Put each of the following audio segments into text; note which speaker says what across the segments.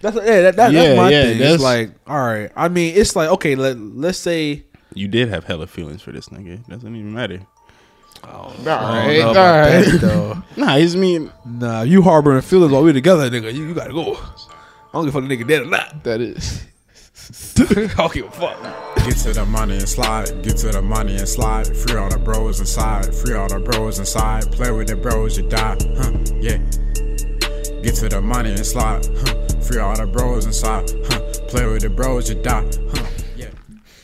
Speaker 1: That's yeah, that, that,
Speaker 2: Yeah,
Speaker 1: that's my
Speaker 2: yeah,
Speaker 1: thing.
Speaker 2: that's-
Speaker 1: it's like, all right. I mean, it's like okay. Let let's say
Speaker 2: You did have hella feelings for this nigga. Doesn't even matter.
Speaker 1: all right,
Speaker 2: all right.
Speaker 1: though.
Speaker 2: Nah, he's mean.
Speaker 1: Nah, you harboring feelings while we together, nigga. You, you gotta go. I don't give a fuck if the nigga dead or not.
Speaker 2: That is.
Speaker 1: I don't give a fuck.
Speaker 3: Get to the money and slide, get to the money and slide. Free all the bros inside, free all the bros inside. Play with the bros, you die, huh? Yeah. Get to the money and slide, huh? Free all the bros inside, huh? Play with the bros, you die, huh? Yeah.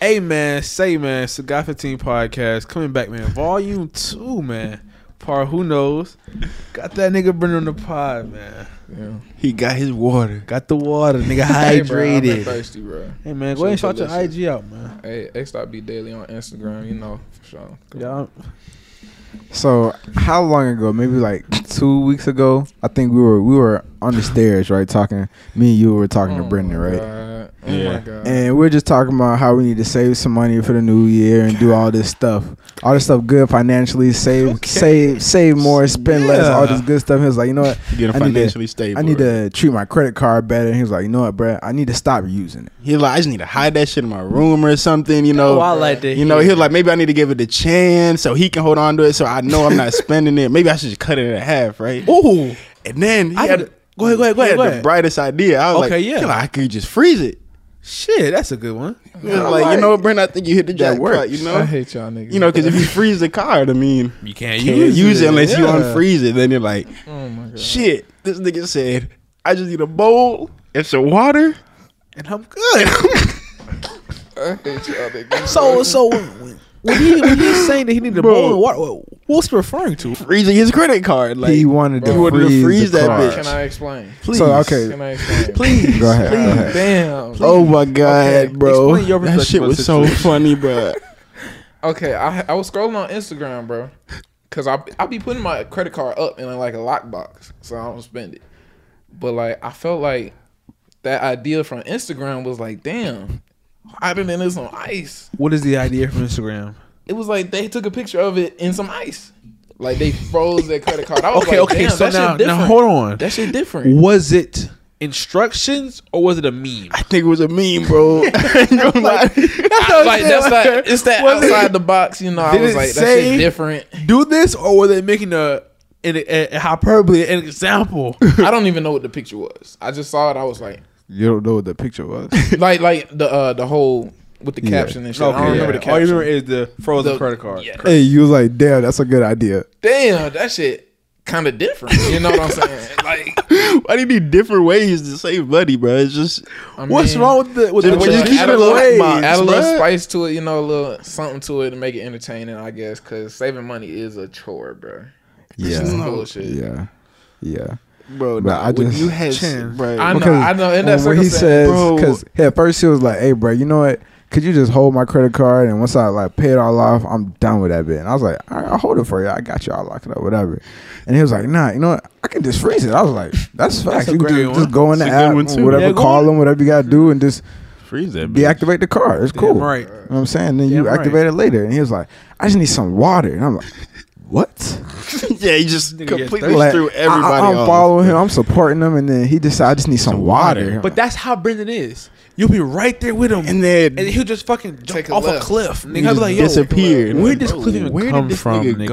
Speaker 1: Hey man, say man, Cigar 15 podcast coming back, man. Volume two, man. Par who knows? Got that nigga Brenner on the pod, man.
Speaker 2: He got his water.
Speaker 1: Got the water, nigga
Speaker 4: Hey, bro, I've been
Speaker 1: hydrated. Hey,
Speaker 4: thirsty, bro.
Speaker 1: man, go ahead and shout your
Speaker 4: Delicious.
Speaker 1: IG out, man.
Speaker 4: Hey, X.B Daily on Instagram, you know, for sure.
Speaker 1: Yeah,
Speaker 5: So how long ago? Maybe like two weeks ago. I think we were we were on the stairs, right? Talking. Me and you were talking
Speaker 2: Mm.
Speaker 5: to Brendan, right?
Speaker 4: Oh God. Oh
Speaker 2: Yeah.
Speaker 4: my god.
Speaker 5: And we are just talking about how we need to save some money for the new year and do all this stuff, all this stuff good financially. Save, save, save more, spend less, all this good stuff. He was like, you know what?
Speaker 2: Get
Speaker 5: I
Speaker 2: him
Speaker 5: need to-
Speaker 2: financially stable.
Speaker 5: I need to treat my credit card better. And he was like, you know what, bruh? I need to stop using it.
Speaker 2: He like I just need to hide that shit in my room or something. You know.
Speaker 1: Oh, like that.
Speaker 2: You know, he'll like maybe I need to give it a chance so he can hold on to it so I know I'm not spending it. Maybe I should just cut it in half, right?
Speaker 1: Ooh,
Speaker 2: And then he
Speaker 1: I
Speaker 2: had
Speaker 1: would-
Speaker 2: go ahead, go ahead, go
Speaker 1: Yeah,
Speaker 2: ahead.
Speaker 1: go
Speaker 2: The
Speaker 1: ahead.
Speaker 2: brightest idea. I was
Speaker 1: Okay,
Speaker 2: like,
Speaker 1: yeah.
Speaker 2: yeah, I could just freeze it.
Speaker 1: shit, that's a good one.
Speaker 2: He was like, you know, what, Brent, I think you hit the jackpot.
Speaker 5: works.
Speaker 2: You
Speaker 4: I
Speaker 2: know,
Speaker 4: hate y'all niggas.
Speaker 2: you know, because if you freeze the card, I mean,
Speaker 1: You can't,
Speaker 2: you use, it unless you
Speaker 1: Yeah.
Speaker 2: unfreeze it. Then you're like,
Speaker 4: oh my god.
Speaker 2: shit, this nigga said, I just need a bowl and some water.
Speaker 1: and I'm good.
Speaker 4: I hate y'all niggas.
Speaker 1: so so when, when he when he's saying that he needed a bowl of water, what's referring to?
Speaker 2: Freezing his credit card. Like,
Speaker 5: he wanted to
Speaker 4: He
Speaker 2: wanted to
Speaker 5: freeze,
Speaker 2: freeze
Speaker 5: the
Speaker 2: that
Speaker 5: card.
Speaker 2: bitch.
Speaker 4: Can I explain?
Speaker 2: please.
Speaker 5: So okay,
Speaker 4: Can I explain?
Speaker 2: Please.
Speaker 5: go ahead. Go ahead.
Speaker 4: Damn.
Speaker 2: Oh my god,
Speaker 4: Okay,
Speaker 2: bro.
Speaker 1: explain your
Speaker 2: That shit
Speaker 1: perspective
Speaker 2: was
Speaker 1: on
Speaker 2: so funny, bro.
Speaker 4: Okay, I I was scrolling on Instagram, bro, cause I I be putting my credit card up in like a lockbox, so I don't spend it. But like, I felt like that idea from Instagram was like, damn, hotter than this on ice.
Speaker 1: What is the idea from Instagram?
Speaker 4: It was like they took a picture of it in some ice, like they froze their credit card. I was
Speaker 1: Okay,
Speaker 4: like,
Speaker 1: okay,
Speaker 4: damn,
Speaker 1: so
Speaker 4: that shit
Speaker 1: now now
Speaker 4: different.
Speaker 1: hold on.
Speaker 4: That shit different.
Speaker 1: Was it instructions or was it a meme?
Speaker 2: I think it was a meme, bro.
Speaker 4: I- like that's that. It's that outside the box, you know. I
Speaker 1: Did
Speaker 4: was
Speaker 1: it
Speaker 4: like, that
Speaker 1: say-
Speaker 4: shit different.
Speaker 1: Do this or were they making a an, a, a hyperbole, an example?
Speaker 4: I don't even know what the picture was. I just saw it. I was like,
Speaker 5: You don't know what the picture was.
Speaker 4: like like the uh the whole with the caption and shit. I don't remember the
Speaker 1: All you
Speaker 4: caption.
Speaker 1: remember is the frozen
Speaker 4: The-
Speaker 1: credit card.
Speaker 4: yeah.
Speaker 5: hey, you was like, damn, that's a good idea.
Speaker 4: Damn, that shit kind of different. You know what I'm saying? Like,
Speaker 2: Why do you need different ways to save money, bro? It's just
Speaker 4: I
Speaker 1: What's
Speaker 4: mean,
Speaker 1: wrong with the with the
Speaker 2: Just
Speaker 4: put
Speaker 2: when you
Speaker 4: your-
Speaker 2: keep
Speaker 4: add
Speaker 2: it
Speaker 4: a little,
Speaker 2: away,
Speaker 4: add a little
Speaker 2: bruh.
Speaker 4: spice to it. You know, a little something to it to make it entertaining. I guess because saving money is a chore, bro. It's
Speaker 5: Yeah,
Speaker 4: bullshit.
Speaker 5: yeah, yeah.
Speaker 2: bro.
Speaker 5: But
Speaker 2: nah,
Speaker 5: I
Speaker 2: when
Speaker 5: just-
Speaker 2: you had,
Speaker 1: Chin.
Speaker 2: bro,
Speaker 4: I know,
Speaker 5: Because
Speaker 4: I know. In that
Speaker 5: when, when he
Speaker 4: circumstance,
Speaker 5: says,
Speaker 2: Bro.
Speaker 5: because at first he was like, "Hey, bro, you know what? Could you just hold my credit card and once I like pay it all off, I'm done with that bit." And I was like, "All right, I'll hold it for you. I got you. I'll lock it up, whatever." And he was like, "Nah, you know what? I can just freeze it." I was like, "That's facts.
Speaker 1: a
Speaker 5: you can
Speaker 1: great
Speaker 5: just,
Speaker 1: one.
Speaker 5: just go in the
Speaker 2: That's a good
Speaker 5: app,
Speaker 2: one, too.
Speaker 5: whatever,
Speaker 1: Yeah, go
Speaker 5: call
Speaker 1: on.
Speaker 5: them, whatever you gotta do, and just
Speaker 2: freeze that.
Speaker 5: deactivate the card. It's cool,
Speaker 1: Damn right.
Speaker 5: You know what I'm saying? Then
Speaker 1: Damn
Speaker 5: you
Speaker 1: right.
Speaker 5: activate it later." And he was like, "I just need some water," and I'm like, "What?"
Speaker 2: yeah, he just
Speaker 1: Nigga,
Speaker 2: completely
Speaker 1: yeah,
Speaker 5: Like,
Speaker 2: threw everybody
Speaker 5: I, I, I'm
Speaker 2: off.
Speaker 5: following him. I'm supporting him, and then he decided I just need some, water.
Speaker 2: water.
Speaker 1: But that's how Brendan is. You'll be right there with him,
Speaker 2: And then-
Speaker 1: and he'll just fucking jump
Speaker 4: Take a
Speaker 1: off
Speaker 4: left.
Speaker 1: a cliff. Nigga,
Speaker 2: He
Speaker 1: I'll be
Speaker 2: just
Speaker 1: like, yo,
Speaker 2: disappeared.
Speaker 1: Where
Speaker 2: Like,
Speaker 1: did this
Speaker 2: bro,
Speaker 1: cliff even
Speaker 2: where did
Speaker 1: come
Speaker 2: this
Speaker 1: from,
Speaker 2: nigga
Speaker 1: nigga?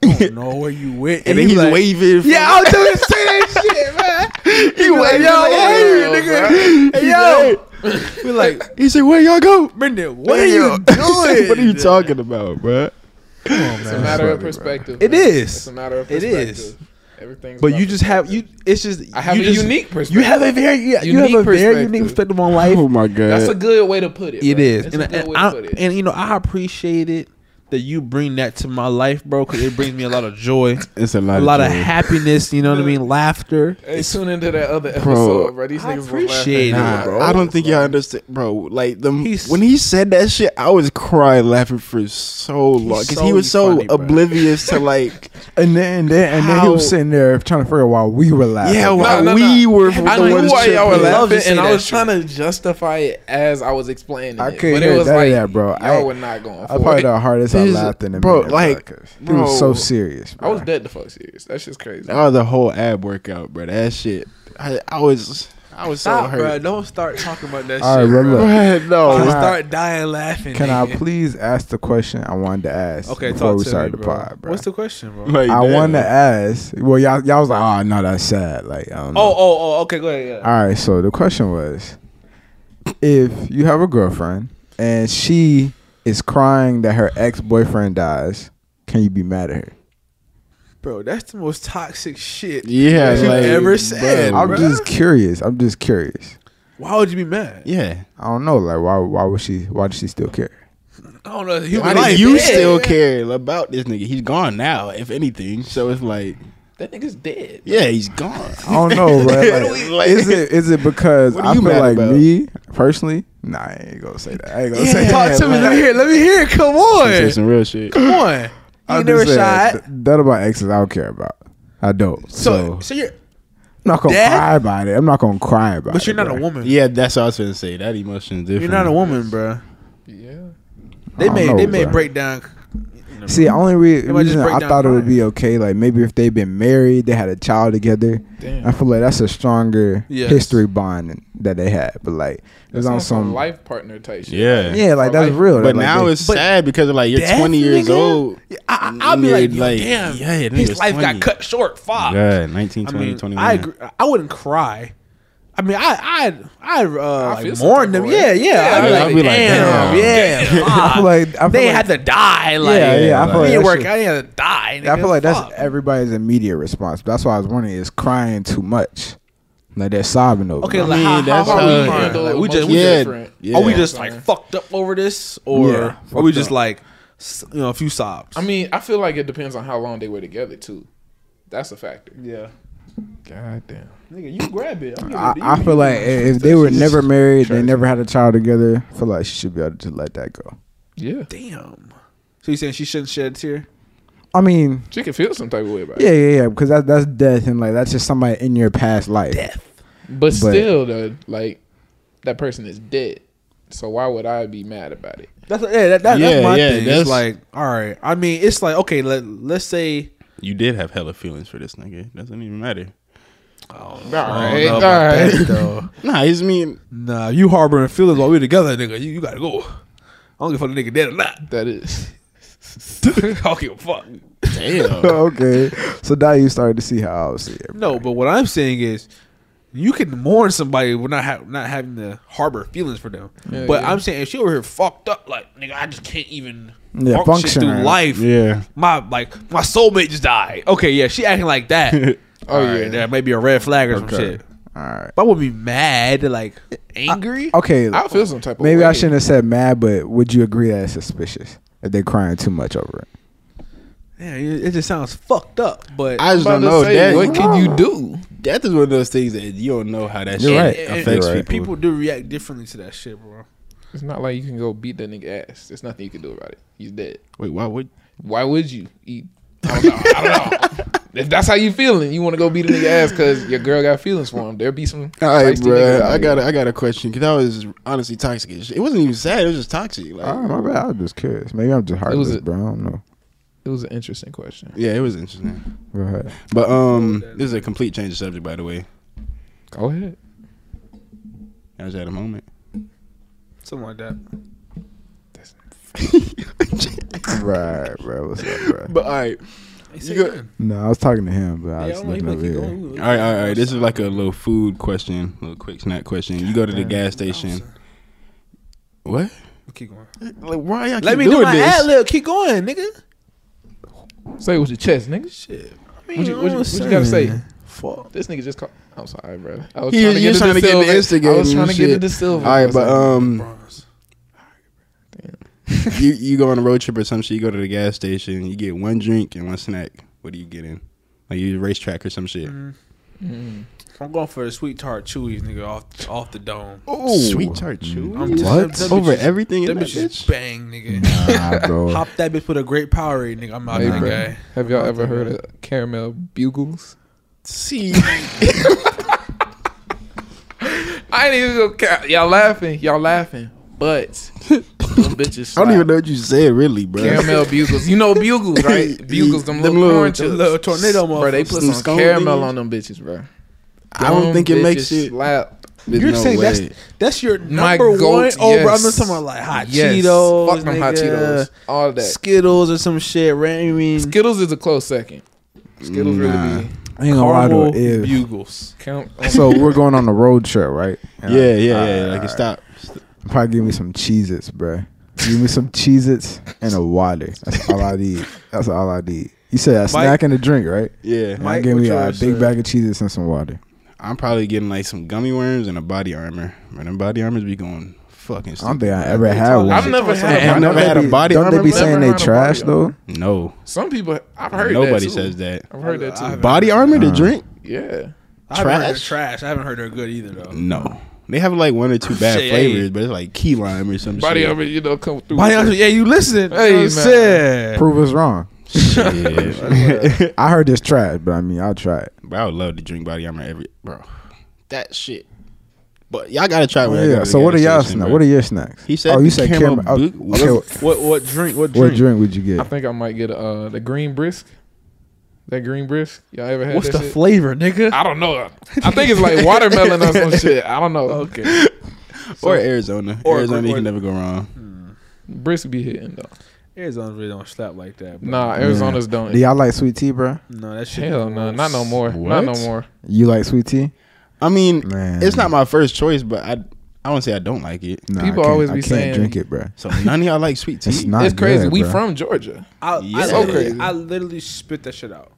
Speaker 2: go?
Speaker 1: don't know where you went.
Speaker 2: And then he's
Speaker 1: like,
Speaker 2: waving.
Speaker 1: Yeah, I was doing say that shit, man. He was like, yo, hey, nigga, hey, yo. We're like,
Speaker 2: He said, "Where y'all go?
Speaker 1: Brendan, what are you doing?
Speaker 2: what are you talking about, bro?
Speaker 4: it's a matter of perspective.
Speaker 1: It
Speaker 4: man.
Speaker 1: is.
Speaker 4: It's a matter of
Speaker 1: It
Speaker 4: perspective.
Speaker 1: is.
Speaker 4: Everything's.
Speaker 1: But
Speaker 4: about
Speaker 1: you just have you. It's just
Speaker 4: I have
Speaker 1: you
Speaker 4: a
Speaker 1: just-
Speaker 4: unique perspective.
Speaker 1: You have a very you you have a
Speaker 4: Unique
Speaker 1: very unique
Speaker 4: perspective.
Speaker 1: perspective on life.
Speaker 2: Oh my god,
Speaker 4: That's a good way to put it.
Speaker 1: It
Speaker 4: bro.
Speaker 1: is,
Speaker 4: It's
Speaker 1: and,
Speaker 4: a good
Speaker 1: and
Speaker 4: way
Speaker 1: I,
Speaker 4: to put it.
Speaker 1: and you know I appreciate it that you bring that to my life, bro, because it brings me a lot of joy,
Speaker 2: it's a lot,
Speaker 1: a lot of
Speaker 2: joy.
Speaker 1: happiness. You know what I mean? Laughter.
Speaker 4: hey, tune into that other episode,
Speaker 2: Bro,
Speaker 4: bro. These
Speaker 1: I
Speaker 4: niggas
Speaker 1: appreciate
Speaker 4: were laughing.
Speaker 1: it,
Speaker 2: Nah, I don't think y'all understand, bro. Like the
Speaker 1: He's-
Speaker 2: when he said that shit, I was crying laughing for so long because he
Speaker 1: so
Speaker 2: was so
Speaker 1: funny, bro.
Speaker 2: oblivious to like,
Speaker 5: And then, and then, and then he was
Speaker 2: How-
Speaker 5: sitting there trying to figure out why we were laughing.
Speaker 2: yeah,
Speaker 5: Like,
Speaker 2: why
Speaker 4: no,
Speaker 2: we
Speaker 4: no.
Speaker 2: were
Speaker 4: I
Speaker 2: the
Speaker 4: knew
Speaker 2: ones
Speaker 4: why y'all were
Speaker 2: tripping.
Speaker 1: Love to
Speaker 4: laughing,
Speaker 1: say
Speaker 4: and I
Speaker 1: that
Speaker 4: was
Speaker 1: shit.
Speaker 4: trying to justify it as I was explaining it.
Speaker 5: I couldn't
Speaker 4: but
Speaker 5: hear
Speaker 4: it was
Speaker 5: none of
Speaker 4: like,
Speaker 5: that, bro.
Speaker 4: Y'all
Speaker 5: I-
Speaker 4: were not going
Speaker 5: I
Speaker 4: for
Speaker 5: probably
Speaker 4: it.
Speaker 5: the hardest I
Speaker 2: This-
Speaker 5: laughed in a
Speaker 2: bro,
Speaker 5: minute,
Speaker 2: like,
Speaker 5: bro, 'cause he was so
Speaker 2: bro.
Speaker 5: serious.
Speaker 4: I
Speaker 5: Bro.
Speaker 4: was dead the fuck serious. That shit's crazy.
Speaker 2: That was a whole ab workout, bro. That shit, I, I was, I was so
Speaker 1: Stop, bro.
Speaker 2: hurt.
Speaker 1: Don't start talking about that
Speaker 5: All right,
Speaker 1: shit,
Speaker 5: bro,
Speaker 1: bro.
Speaker 5: look.
Speaker 2: Bruh, no,
Speaker 1: Don't
Speaker 5: Can I-
Speaker 1: start dying laughing.
Speaker 5: Can I
Speaker 1: nigga.
Speaker 5: please ask the question I wanted to ask
Speaker 1: Okay,
Speaker 5: before
Speaker 1: talk
Speaker 5: we
Speaker 1: to
Speaker 5: started
Speaker 1: me,
Speaker 5: the
Speaker 1: bro.
Speaker 5: pod, bro?
Speaker 1: What's the question, bro?
Speaker 2: Like
Speaker 5: I
Speaker 2: that.
Speaker 5: want to ask. Well, y'all, y'all was like, oh, no, that's sad. Like, I don't know.
Speaker 1: Oh, oh, oh. Okay, go ahead. Yeah.
Speaker 5: All right, so the question was if you have a girlfriend and she is crying that her ex boyfriend dies, can you be mad at her?
Speaker 1: Bro, that's the most toxic shit
Speaker 2: Yeah,
Speaker 1: that you
Speaker 2: like,
Speaker 1: ever said.
Speaker 5: I'm
Speaker 1: bruh.
Speaker 5: just curious. I'm just curious.
Speaker 1: Why would you be mad?
Speaker 2: Yeah.
Speaker 5: I don't know. Like, why? Why would she? Why does she still care?
Speaker 1: I don't know.
Speaker 2: Why
Speaker 1: Human
Speaker 2: do
Speaker 1: life.
Speaker 2: you
Speaker 1: yeah.
Speaker 2: still care about this nigga? He's gone now, if anything. So it's like,
Speaker 4: That nigga's dead.
Speaker 2: yeah, he's gone.
Speaker 5: I don't know, bro. Like,
Speaker 2: Like-
Speaker 5: is it? Is it because
Speaker 2: What are
Speaker 5: I
Speaker 2: you
Speaker 5: feel
Speaker 2: mad
Speaker 5: like
Speaker 2: about?
Speaker 5: me personally? Nah, I ain't gonna say that. I ain't gonna say
Speaker 2: Yeah.
Speaker 5: that.
Speaker 1: Talk to me. Let me hear. Let me hear. Come
Speaker 2: Say
Speaker 1: on.
Speaker 2: some real shit.
Speaker 1: Come on. You
Speaker 5: I'm
Speaker 1: never
Speaker 5: just
Speaker 1: shot.
Speaker 5: saying, th- That about exes, I don't care about. I don't. So,
Speaker 1: So, so you're,
Speaker 5: I'm not gonna
Speaker 1: Dad?
Speaker 5: cry about it. I'm not gonna cry about it.
Speaker 1: but you're not a
Speaker 5: bruh.
Speaker 1: woman.
Speaker 2: Yeah, that's what I was gonna say. That emotion's different.
Speaker 1: You're not a woman, bro.
Speaker 4: Yeah.
Speaker 1: They
Speaker 5: I
Speaker 1: may
Speaker 5: don't
Speaker 1: they
Speaker 5: know,
Speaker 1: may
Speaker 5: bruh.
Speaker 1: break down.
Speaker 5: See, only re-
Speaker 1: It might just
Speaker 5: reason
Speaker 1: break
Speaker 5: I
Speaker 1: down
Speaker 5: thought it would
Speaker 1: crying.
Speaker 5: be okay, like maybe if they've been married, they had a child together.
Speaker 4: Damn.
Speaker 5: I feel like that's a stronger
Speaker 1: Yes.
Speaker 5: history bond that they had. But like, it
Speaker 4: That's
Speaker 5: was on
Speaker 4: on some
Speaker 5: some,
Speaker 4: life partner type shit.
Speaker 2: Yeah.
Speaker 5: yeah, like
Speaker 4: for
Speaker 5: that's
Speaker 4: life.
Speaker 5: real.
Speaker 2: But
Speaker 5: Like,
Speaker 2: now
Speaker 5: they-
Speaker 2: it's
Speaker 1: But
Speaker 2: sad because of like you're
Speaker 1: death,
Speaker 2: 20 years
Speaker 1: nigga?
Speaker 2: old.
Speaker 1: Yeah, I, I, I'll be
Speaker 2: Yeah,
Speaker 1: like, yo,
Speaker 2: like,
Speaker 1: damn.
Speaker 2: yeah, that
Speaker 1: his
Speaker 2: nigga's
Speaker 1: life
Speaker 2: 20.
Speaker 1: got cut short. Fuck.
Speaker 2: Yeah, 19,
Speaker 1: I
Speaker 2: 20,
Speaker 1: mean,
Speaker 2: 21.
Speaker 1: I agree. I wouldn't cry. I mean, I I I, uh,
Speaker 4: feel
Speaker 1: like
Speaker 4: some
Speaker 1: mourn
Speaker 4: type
Speaker 1: them.
Speaker 4: of way.
Speaker 1: Yeah, yeah. I'd be
Speaker 2: Yeah,
Speaker 1: like,
Speaker 2: I'd be like,
Speaker 1: damn,
Speaker 2: damn.
Speaker 1: yeah.
Speaker 5: I feel
Speaker 1: fuck.
Speaker 5: like I feel
Speaker 1: they
Speaker 5: like,
Speaker 1: had to die. Like,
Speaker 5: yeah, yeah. I
Speaker 2: like,
Speaker 5: feel
Speaker 1: I
Speaker 5: like
Speaker 1: didn't
Speaker 5: that
Speaker 1: work.
Speaker 5: shit-
Speaker 1: I didn't have to die.
Speaker 5: I
Speaker 1: nigga.
Speaker 5: feel like that's
Speaker 1: Fuck.
Speaker 5: everybody's immediate response. That's why I was wondering is crying too much. Like they're sobbing over.
Speaker 1: okay.
Speaker 5: it.
Speaker 1: Like,
Speaker 2: mean,
Speaker 1: how, how,
Speaker 2: that's
Speaker 1: how are
Speaker 2: how-
Speaker 1: we crying?
Speaker 4: yeah.
Speaker 1: Like, we just,
Speaker 4: we
Speaker 1: we
Speaker 2: yeah,
Speaker 1: just
Speaker 4: different.
Speaker 2: yeah.
Speaker 1: are we just
Speaker 4: Yeah.
Speaker 1: like fucked up over this, or
Speaker 5: Yeah,
Speaker 1: are we
Speaker 5: fucked
Speaker 1: just
Speaker 5: up.
Speaker 1: like s- you know a few sobs?
Speaker 4: I mean, I feel like it depends on how long they were together too. That's a factor.
Speaker 1: yeah,
Speaker 4: God damn.
Speaker 1: nigga, you grab it.
Speaker 5: I, I feel like i- if they were never married, they never had a child together. I feel like she should be able to just let that go.
Speaker 4: Yeah.
Speaker 1: damn. So you saying she shouldn't shed a tear?
Speaker 5: I mean,
Speaker 4: She can feel some type of way about
Speaker 5: yeah,
Speaker 4: it.
Speaker 5: yeah, yeah, because that, that's death, and like that's just somebody in your past life.
Speaker 4: But, still though, like that person is dead. So why would I be mad about it?
Speaker 1: That's yeah, that, that,
Speaker 2: Yeah,
Speaker 1: that's my
Speaker 2: yeah,
Speaker 1: thing.
Speaker 2: that's-
Speaker 1: It's like, all right. I mean, it's like okay. Let let's say
Speaker 2: You did have hella feelings for this nigga. Doesn't even matter.
Speaker 4: All
Speaker 1: I
Speaker 4: right.
Speaker 1: don't know
Speaker 4: All
Speaker 1: about
Speaker 4: right.
Speaker 1: that, though.
Speaker 2: Nah, he's mean.
Speaker 1: Nah, you harboring feelings while we together, nigga. You, you gotta go. I don't give a fuck if the nigga dead or not.
Speaker 4: That is.
Speaker 1: I don't give a fuck.
Speaker 2: Damn.
Speaker 5: okay, so now you started to see how I was here.
Speaker 1: No, but what I'm saying is, you can mourn somebody with not ha- not having to harbor feelings for them.
Speaker 4: Yeah,
Speaker 1: but
Speaker 4: yeah.
Speaker 1: I'm saying if she over here fucked up, like nigga, I just can't even
Speaker 5: Yeah,
Speaker 1: function
Speaker 5: function
Speaker 1: through
Speaker 5: right.
Speaker 1: life.
Speaker 2: yeah.
Speaker 1: My like my soulmate just died. Okay, yeah, she acting like that.
Speaker 4: Oh
Speaker 1: All
Speaker 4: yeah.
Speaker 1: right, that may be a red flag or some
Speaker 5: Okay.
Speaker 1: shit.
Speaker 5: All right,
Speaker 1: But I would be mad, like angry.
Speaker 5: okay.
Speaker 4: I feel some type of
Speaker 5: Maybe
Speaker 4: way.
Speaker 5: I shouldn't have said mad, but would you agree that it's suspicious if they're crying too much over it?
Speaker 1: Yeah, it it just sounds fucked up. But
Speaker 2: I just
Speaker 4: I'm
Speaker 2: don't know.
Speaker 4: about to say,
Speaker 2: Death,
Speaker 4: what can you do?
Speaker 2: death is one of those things that you don't know how that
Speaker 5: You're
Speaker 2: shit
Speaker 5: right.
Speaker 2: affects
Speaker 5: You're right.
Speaker 2: people.
Speaker 1: people do react differently to that shit, bro.
Speaker 4: It's not like you can go beat that nigga ass. There's nothing you can do about it. He's dead.
Speaker 2: Wait, why would?
Speaker 4: Why would you? Eat? I don't know. I don't know. if that's how you feeling, you want to go beat a nigga ass because your girl got feelings for him. There'll be some.
Speaker 2: All right,
Speaker 4: feisty
Speaker 2: bro.
Speaker 4: nigga out
Speaker 2: I
Speaker 4: here.
Speaker 2: got a, I got a question because that was honestly toxic. as shit. It wasn't even sad. It was just toxic. Like,
Speaker 5: Oh, my bad. I was just curious. Maybe I'm just
Speaker 4: was
Speaker 5: heartless,
Speaker 4: a-
Speaker 5: bro. I don't know.
Speaker 4: It was an interesting question.
Speaker 2: yeah, it was interesting.
Speaker 5: Go ahead.
Speaker 2: But um, this is a complete change of subject, by the way.
Speaker 4: Go ahead.
Speaker 2: I was at a moment.
Speaker 1: Something like that.
Speaker 5: right, bro. What's up, bro?
Speaker 2: But all right,
Speaker 1: Say
Speaker 2: go-
Speaker 1: again.
Speaker 5: No, I was talking to him, but I
Speaker 1: Yeah, I
Speaker 5: was
Speaker 1: don't know. You
Speaker 5: looking
Speaker 1: might
Speaker 5: over
Speaker 1: keep
Speaker 5: here.
Speaker 1: going.
Speaker 2: all right, all right, all right. This is like a little food question, little quick snack question. You go to the gas station. What?
Speaker 1: Keep going.
Speaker 2: Like, why y'all keep
Speaker 1: Let me do
Speaker 2: doing
Speaker 1: my
Speaker 2: this?
Speaker 1: ad lib. Keep going, nigga.
Speaker 4: Say it with your chest, nigga.
Speaker 1: Shit. I mean,
Speaker 4: What you, what you, what you gotta say? Fuck. This nigga just called. I'm sorry, bro. I was
Speaker 2: He-
Speaker 4: trying to
Speaker 2: you're
Speaker 4: get
Speaker 2: trying
Speaker 4: into
Speaker 2: to get into
Speaker 4: silver. I was
Speaker 2: instigating
Speaker 4: trying to
Speaker 2: and
Speaker 4: get
Speaker 2: shit.
Speaker 4: into silver.
Speaker 2: All right, but um,
Speaker 1: Bronze.
Speaker 2: you you go on a road trip or some shit. You go to the gas station. You get one drink and one snack. What do you get in? Like you racetrack or some shit.
Speaker 4: Mm-hmm.
Speaker 1: I'm going for the sweet tart chewies, nigga. Off off the dome.
Speaker 2: Oh, sweet tart chew.
Speaker 1: I'm just- them
Speaker 5: What?
Speaker 2: Mm. Over
Speaker 1: bitches-
Speaker 2: everything in
Speaker 1: Them
Speaker 2: that
Speaker 1: bitches
Speaker 2: bitch.
Speaker 1: bang, nigga.
Speaker 5: Nah, bro.
Speaker 1: Hop that bitch with a great Powerade, nigga. I'm out
Speaker 4: Hey,
Speaker 1: that
Speaker 4: bro.
Speaker 1: guy.
Speaker 4: have y'all ever heard of caramel bugles?
Speaker 2: See,
Speaker 4: I ain't even gonna count. Y'all laughing. Y'all laughing. But them bitches.
Speaker 2: I don't
Speaker 4: slap.
Speaker 2: even know what you said, really, bro.
Speaker 4: Caramel bugles. You know bugles, right? Bugles, them,
Speaker 2: Them
Speaker 4: little,
Speaker 2: little-
Speaker 4: corn
Speaker 2: them
Speaker 4: chips.
Speaker 1: little tornado
Speaker 4: Bro, they put
Speaker 2: motherfuckers.
Speaker 4: some
Speaker 2: Some scone
Speaker 4: caramel
Speaker 2: thingies.
Speaker 4: on them bitches, bro.
Speaker 2: I don't
Speaker 4: Them
Speaker 2: think it makes
Speaker 4: bitches
Speaker 2: it.
Speaker 4: Slap.
Speaker 2: There's
Speaker 1: You're
Speaker 2: no
Speaker 1: saying that's
Speaker 2: way.
Speaker 1: that's your
Speaker 4: My
Speaker 1: number
Speaker 4: goat,
Speaker 1: one. Oh, bro, I'm
Speaker 4: yes.
Speaker 1: talking about like hot
Speaker 4: Yes.
Speaker 1: Cheetos,
Speaker 4: Fuck them hot
Speaker 1: nigga,
Speaker 4: Cheetos. All that.
Speaker 1: Skittles or some shit. Right? I mean,
Speaker 4: Skittles is a close second. Skittles
Speaker 2: Nah.
Speaker 4: really be
Speaker 5: I ain't gonna lie to
Speaker 1: caramel
Speaker 5: it. If-
Speaker 1: bugles.
Speaker 4: count.
Speaker 5: so we're going on a road trip, right? And
Speaker 2: yeah,
Speaker 5: I-
Speaker 2: yeah,
Speaker 5: I-
Speaker 2: yeah. Like
Speaker 5: I-
Speaker 2: it stop.
Speaker 5: Probably give me some Cheez Its, bruh. Give me some Cheez Its and a water. That's all I need. That's all I need. You said a snack and a drink, right?
Speaker 2: Yeah,
Speaker 5: And
Speaker 1: Mike,
Speaker 5: I give
Speaker 1: what
Speaker 5: me a
Speaker 1: yours
Speaker 5: big
Speaker 2: uh,
Speaker 1: said?
Speaker 5: bag of Cheez Its and some water.
Speaker 2: I'm probably getting like some gummy worms and a body armor. Man, them body armors be going fucking.
Speaker 5: I don't
Speaker 2: Stupid.
Speaker 5: think I ever had one.
Speaker 4: I've never
Speaker 1: Shit.
Speaker 4: had a
Speaker 2: I've
Speaker 4: body
Speaker 2: never
Speaker 5: Don't
Speaker 2: had
Speaker 5: they
Speaker 2: a
Speaker 5: be-
Speaker 2: body
Speaker 5: Don't
Speaker 2: armor,
Speaker 5: they be
Speaker 2: bro?
Speaker 5: saying they
Speaker 4: Never had a body
Speaker 5: trash though?
Speaker 2: No,
Speaker 4: Some people, I've heard that
Speaker 2: nobody
Speaker 4: too. Uh,
Speaker 2: says that.
Speaker 4: I've heard that too.
Speaker 1: I've-
Speaker 2: Body armor to drink?
Speaker 4: yeah.
Speaker 1: I haven't heard they're
Speaker 2: Trash?
Speaker 1: trash. I haven't heard they're good either though.
Speaker 2: No, they have like one or two bad
Speaker 1: Shit,
Speaker 2: flavors,
Speaker 1: hey.
Speaker 2: but it's like key lime or some
Speaker 4: Body
Speaker 2: shit.
Speaker 4: of it, you know, come through.
Speaker 1: Body armor, yeah, you listen.
Speaker 4: Hey, man.
Speaker 1: man.
Speaker 5: Prove us wrong.
Speaker 2: Shit.
Speaker 5: I heard this trash, but I mean, I'll try it.
Speaker 2: bro, I would love to drink body armor every bro. That shit. But y'all gotta try. when I go
Speaker 5: yeah.
Speaker 2: to
Speaker 5: So
Speaker 2: the
Speaker 5: what are
Speaker 2: gas
Speaker 5: y'all
Speaker 2: station,
Speaker 5: snacks?
Speaker 2: bro.
Speaker 5: What are your snacks?
Speaker 2: He said
Speaker 5: Oh, you
Speaker 2: the
Speaker 5: said
Speaker 2: caramel
Speaker 5: caramel. oh,
Speaker 2: boot-
Speaker 5: okay,
Speaker 2: what-
Speaker 1: What what drink? What drink?
Speaker 5: what drink would you
Speaker 4: I
Speaker 5: get?
Speaker 4: think I might get uh the green brisk. That green brisk, y'all ever had
Speaker 1: What's
Speaker 4: that
Speaker 1: the
Speaker 4: shit?
Speaker 1: flavor, nigga?
Speaker 4: I don't know. I think it's like watermelon or some shit. I don't know.
Speaker 1: okay.
Speaker 2: or Arizona.
Speaker 1: or-
Speaker 2: Arizona, you
Speaker 1: or-
Speaker 2: can never go wrong.
Speaker 4: Brisk be hitting though.
Speaker 1: Arizona really don't slap like that. Bro.
Speaker 4: Nah, Arizona's don't.
Speaker 5: Do y'all like sweet tea, bro?
Speaker 1: no, that shit.
Speaker 4: Hell no, not no more.
Speaker 2: What?
Speaker 4: Not no more.
Speaker 5: You like sweet tea?
Speaker 2: I mean,
Speaker 5: Man.
Speaker 2: it's not my first choice, but I I don't say I don't like it.
Speaker 5: Nah,
Speaker 4: People
Speaker 5: I can't,
Speaker 4: always
Speaker 5: I
Speaker 4: be
Speaker 5: can't
Speaker 4: saying-
Speaker 5: drink it, bro.
Speaker 2: So none of y'all like sweet tea.
Speaker 5: It's not.
Speaker 4: it's crazy.
Speaker 5: good,
Speaker 4: we
Speaker 5: bruh.
Speaker 4: from Georgia.
Speaker 1: I, I,
Speaker 2: Yeah.
Speaker 4: So
Speaker 1: literally,
Speaker 4: crazy.
Speaker 1: I literally spit that shit out.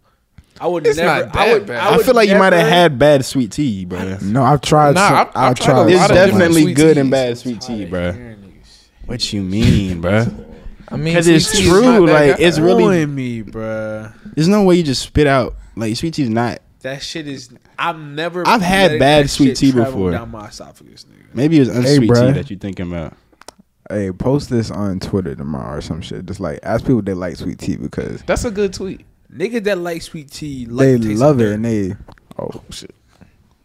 Speaker 1: I would
Speaker 4: It's
Speaker 1: never.
Speaker 4: not
Speaker 1: I
Speaker 4: that
Speaker 1: would.
Speaker 4: bad.
Speaker 2: I,
Speaker 1: would
Speaker 2: feel like you might have
Speaker 1: never-
Speaker 2: had bad sweet tea, bro.
Speaker 5: No, I've tried.
Speaker 4: Nah,
Speaker 5: some,
Speaker 4: I've-
Speaker 5: I've,
Speaker 4: I've tried a
Speaker 5: tried.
Speaker 4: lot
Speaker 2: There's
Speaker 4: of
Speaker 5: some-
Speaker 4: different
Speaker 2: definitely
Speaker 4: sweet
Speaker 2: good
Speaker 4: teas.
Speaker 2: and bad sweet tea, bro. What you mean, bro?
Speaker 4: I mean,
Speaker 2: Because it's
Speaker 4: sweet tea is not
Speaker 2: true.
Speaker 4: that
Speaker 2: Like
Speaker 4: good.
Speaker 2: it's really.
Speaker 1: Annoying me, bruh.
Speaker 2: There's no way you just spit out like sweet tea's not.
Speaker 1: That shit is. I'm never.
Speaker 2: I've had
Speaker 1: letting
Speaker 2: bad
Speaker 1: that
Speaker 2: sweet
Speaker 1: shit
Speaker 2: tea
Speaker 1: travel
Speaker 2: before.
Speaker 1: Down my esophagus, nigga.
Speaker 2: Maybe it's unsweet tea
Speaker 5: bruh.
Speaker 2: that you're thinking about.
Speaker 5: Hey, post this on Twitter tomorrow or some shit. Just like ask people they like sweet tea because
Speaker 4: that's a good tweet.
Speaker 1: Niggas that like sweet tea, like
Speaker 5: they
Speaker 1: the taste of
Speaker 5: love
Speaker 1: dirt.
Speaker 5: it and they. Oh,
Speaker 2: Do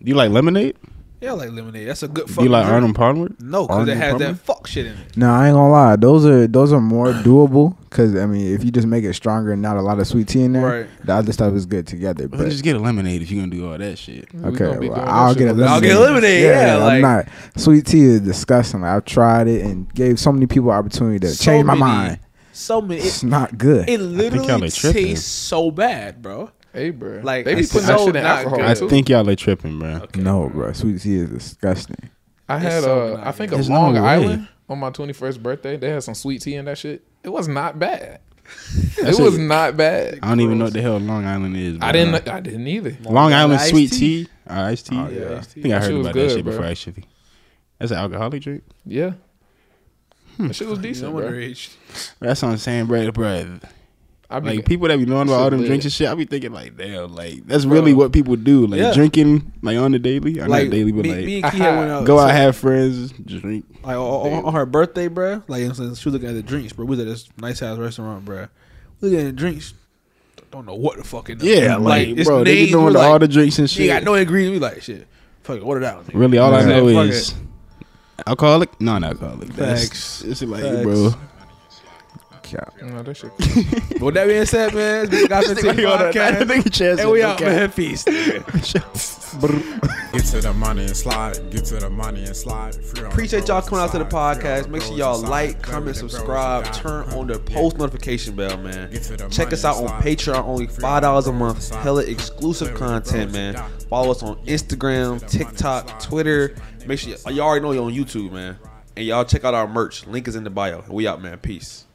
Speaker 2: you like lemonade?
Speaker 1: Yeah, I like lemonade. That's a good.
Speaker 2: Do you
Speaker 1: fucking
Speaker 2: like
Speaker 1: drink.
Speaker 2: Arnold Palmer?
Speaker 1: No, because it
Speaker 5: Arnold
Speaker 1: has
Speaker 5: Palmer?
Speaker 1: that fuck shit in it.
Speaker 5: no, I ain't gonna lie. Those are those are more doable because I mean, if you just make it stronger and not a lot of sweet tea in there,
Speaker 1: Right.
Speaker 5: the other stuff is good together.
Speaker 2: Well,
Speaker 5: But
Speaker 2: just get a lemonade if you're gonna do all that shit.
Speaker 4: We
Speaker 5: Okay,
Speaker 4: gonna be
Speaker 5: well,
Speaker 4: doing that
Speaker 5: I'll
Speaker 4: shit
Speaker 5: get a
Speaker 4: with-
Speaker 5: lemonade.
Speaker 1: I'll get a lemonade, yeah, like-
Speaker 5: I'm not. Sweet tea is disgusting. Like, I've tried it and gave so many people opportunity to
Speaker 1: So
Speaker 5: change my
Speaker 1: many-
Speaker 5: mind.
Speaker 1: So many.
Speaker 5: It's
Speaker 1: It,
Speaker 5: not good.
Speaker 1: it
Speaker 2: y'all
Speaker 1: literally
Speaker 2: are tripping.
Speaker 1: tastes so bad, bro.
Speaker 4: Hey, bro.
Speaker 1: Like,
Speaker 4: Like they be
Speaker 1: it's
Speaker 4: putting
Speaker 1: so
Speaker 4: that shit in
Speaker 1: not
Speaker 4: alcohol
Speaker 1: good.
Speaker 2: I
Speaker 4: too.
Speaker 2: think y'all are tripping, bro.
Speaker 1: Okay.
Speaker 5: no, bro. Sweet tea is disgusting.
Speaker 4: I
Speaker 1: It's
Speaker 4: had
Speaker 1: so
Speaker 4: uh,
Speaker 1: not
Speaker 4: I think
Speaker 1: good.
Speaker 4: a
Speaker 2: There's
Speaker 4: Long
Speaker 2: no way.
Speaker 4: Island on my 21st birthday. They had some sweet tea in that shit. It was not bad.
Speaker 2: That's
Speaker 4: it was
Speaker 2: a-
Speaker 4: not bad.
Speaker 2: I don't even know what the hell Long Island is. Bro.
Speaker 4: I didn't. I didn't either.
Speaker 2: Long Island
Speaker 1: Iced
Speaker 2: sweet
Speaker 1: tea? Oh,
Speaker 2: tea, or iced tea.
Speaker 1: yeah,
Speaker 2: I
Speaker 1: iced tea.
Speaker 2: think I
Speaker 4: That
Speaker 2: heard
Speaker 4: shit was
Speaker 2: about that
Speaker 4: good,
Speaker 2: shit
Speaker 4: bro.
Speaker 2: before. Actually, that's an alcoholic drink.
Speaker 4: Yeah. That shit was decent,
Speaker 1: No
Speaker 4: bro.
Speaker 1: underage.
Speaker 2: That's what I'm saying, bro. bro.
Speaker 4: I be
Speaker 2: Like people that be knowing about
Speaker 4: Shit
Speaker 2: all them
Speaker 4: lit.
Speaker 2: drinks and shit, I be thinking like, damn, like that's really what people do, like
Speaker 1: Yeah.
Speaker 2: drinking, like on the daily, or
Speaker 1: Like
Speaker 2: not daily, but
Speaker 1: me,
Speaker 2: like
Speaker 1: me and Kia went out.
Speaker 2: go out,
Speaker 1: so-
Speaker 2: have friends, drink.
Speaker 1: Like on, on- on her birthday, bruh. Like you know, since she was looking at the drinks, bro. We was at this nice ass restaurant, bruh. We looking at the drinks. Don't know what the fuck in
Speaker 2: Yeah, like, bro, they be knowing
Speaker 1: doing
Speaker 2: all the drinks and
Speaker 1: She
Speaker 2: shit.
Speaker 1: got no ingredients. We like shit. Fuck it, order that. Nigga.
Speaker 2: really, all I
Speaker 1: Yeah.
Speaker 2: know
Speaker 1: Fuck
Speaker 2: is alcoholic, non-alcoholic.
Speaker 1: Facts.
Speaker 2: That's it's like,
Speaker 1: Facts.
Speaker 2: bro,
Speaker 5: God.
Speaker 4: No, that shit.
Speaker 1: But with that being said, man, it's been got
Speaker 2: This nigga
Speaker 1: 15
Speaker 2: hold on, I
Speaker 1: podcast.
Speaker 2: think he chance
Speaker 1: And we
Speaker 2: it,
Speaker 1: out,
Speaker 2: okay.
Speaker 1: man. Peace. nigga.
Speaker 3: Get to the money and slide. Get to the money and slide. Free on the
Speaker 1: Appreciate y'all
Speaker 3: bros
Speaker 1: coming out to the
Speaker 3: and slide. Free on
Speaker 1: podcast.
Speaker 3: the
Speaker 1: Make sure
Speaker 3: bros
Speaker 1: y'all
Speaker 3: and slide.
Speaker 1: like,
Speaker 3: Play
Speaker 1: comment,
Speaker 3: with the bros and
Speaker 1: subscribe,
Speaker 3: die.
Speaker 1: turn
Speaker 3: Huh.
Speaker 1: on the
Speaker 3: Yeah.
Speaker 1: post notification bell, man.
Speaker 3: Get to the
Speaker 1: Check us
Speaker 3: money
Speaker 1: out on
Speaker 3: and slide.
Speaker 1: Patreon, only
Speaker 3: Free
Speaker 1: five dollars a
Speaker 3: on the
Speaker 1: month.
Speaker 3: bros and
Speaker 1: Hella
Speaker 3: slide.
Speaker 1: exclusive
Speaker 3: Play with the
Speaker 1: content,
Speaker 3: bros and
Speaker 1: man.
Speaker 3: die.
Speaker 1: Follow us on Instagram,
Speaker 3: Get to the money and
Speaker 1: TikTok,
Speaker 3: slide.
Speaker 1: Twitter. Make sure y'all already know you're on YouTube, man. And y'all check out our merch. Link is in the bio. We out, man. Peace.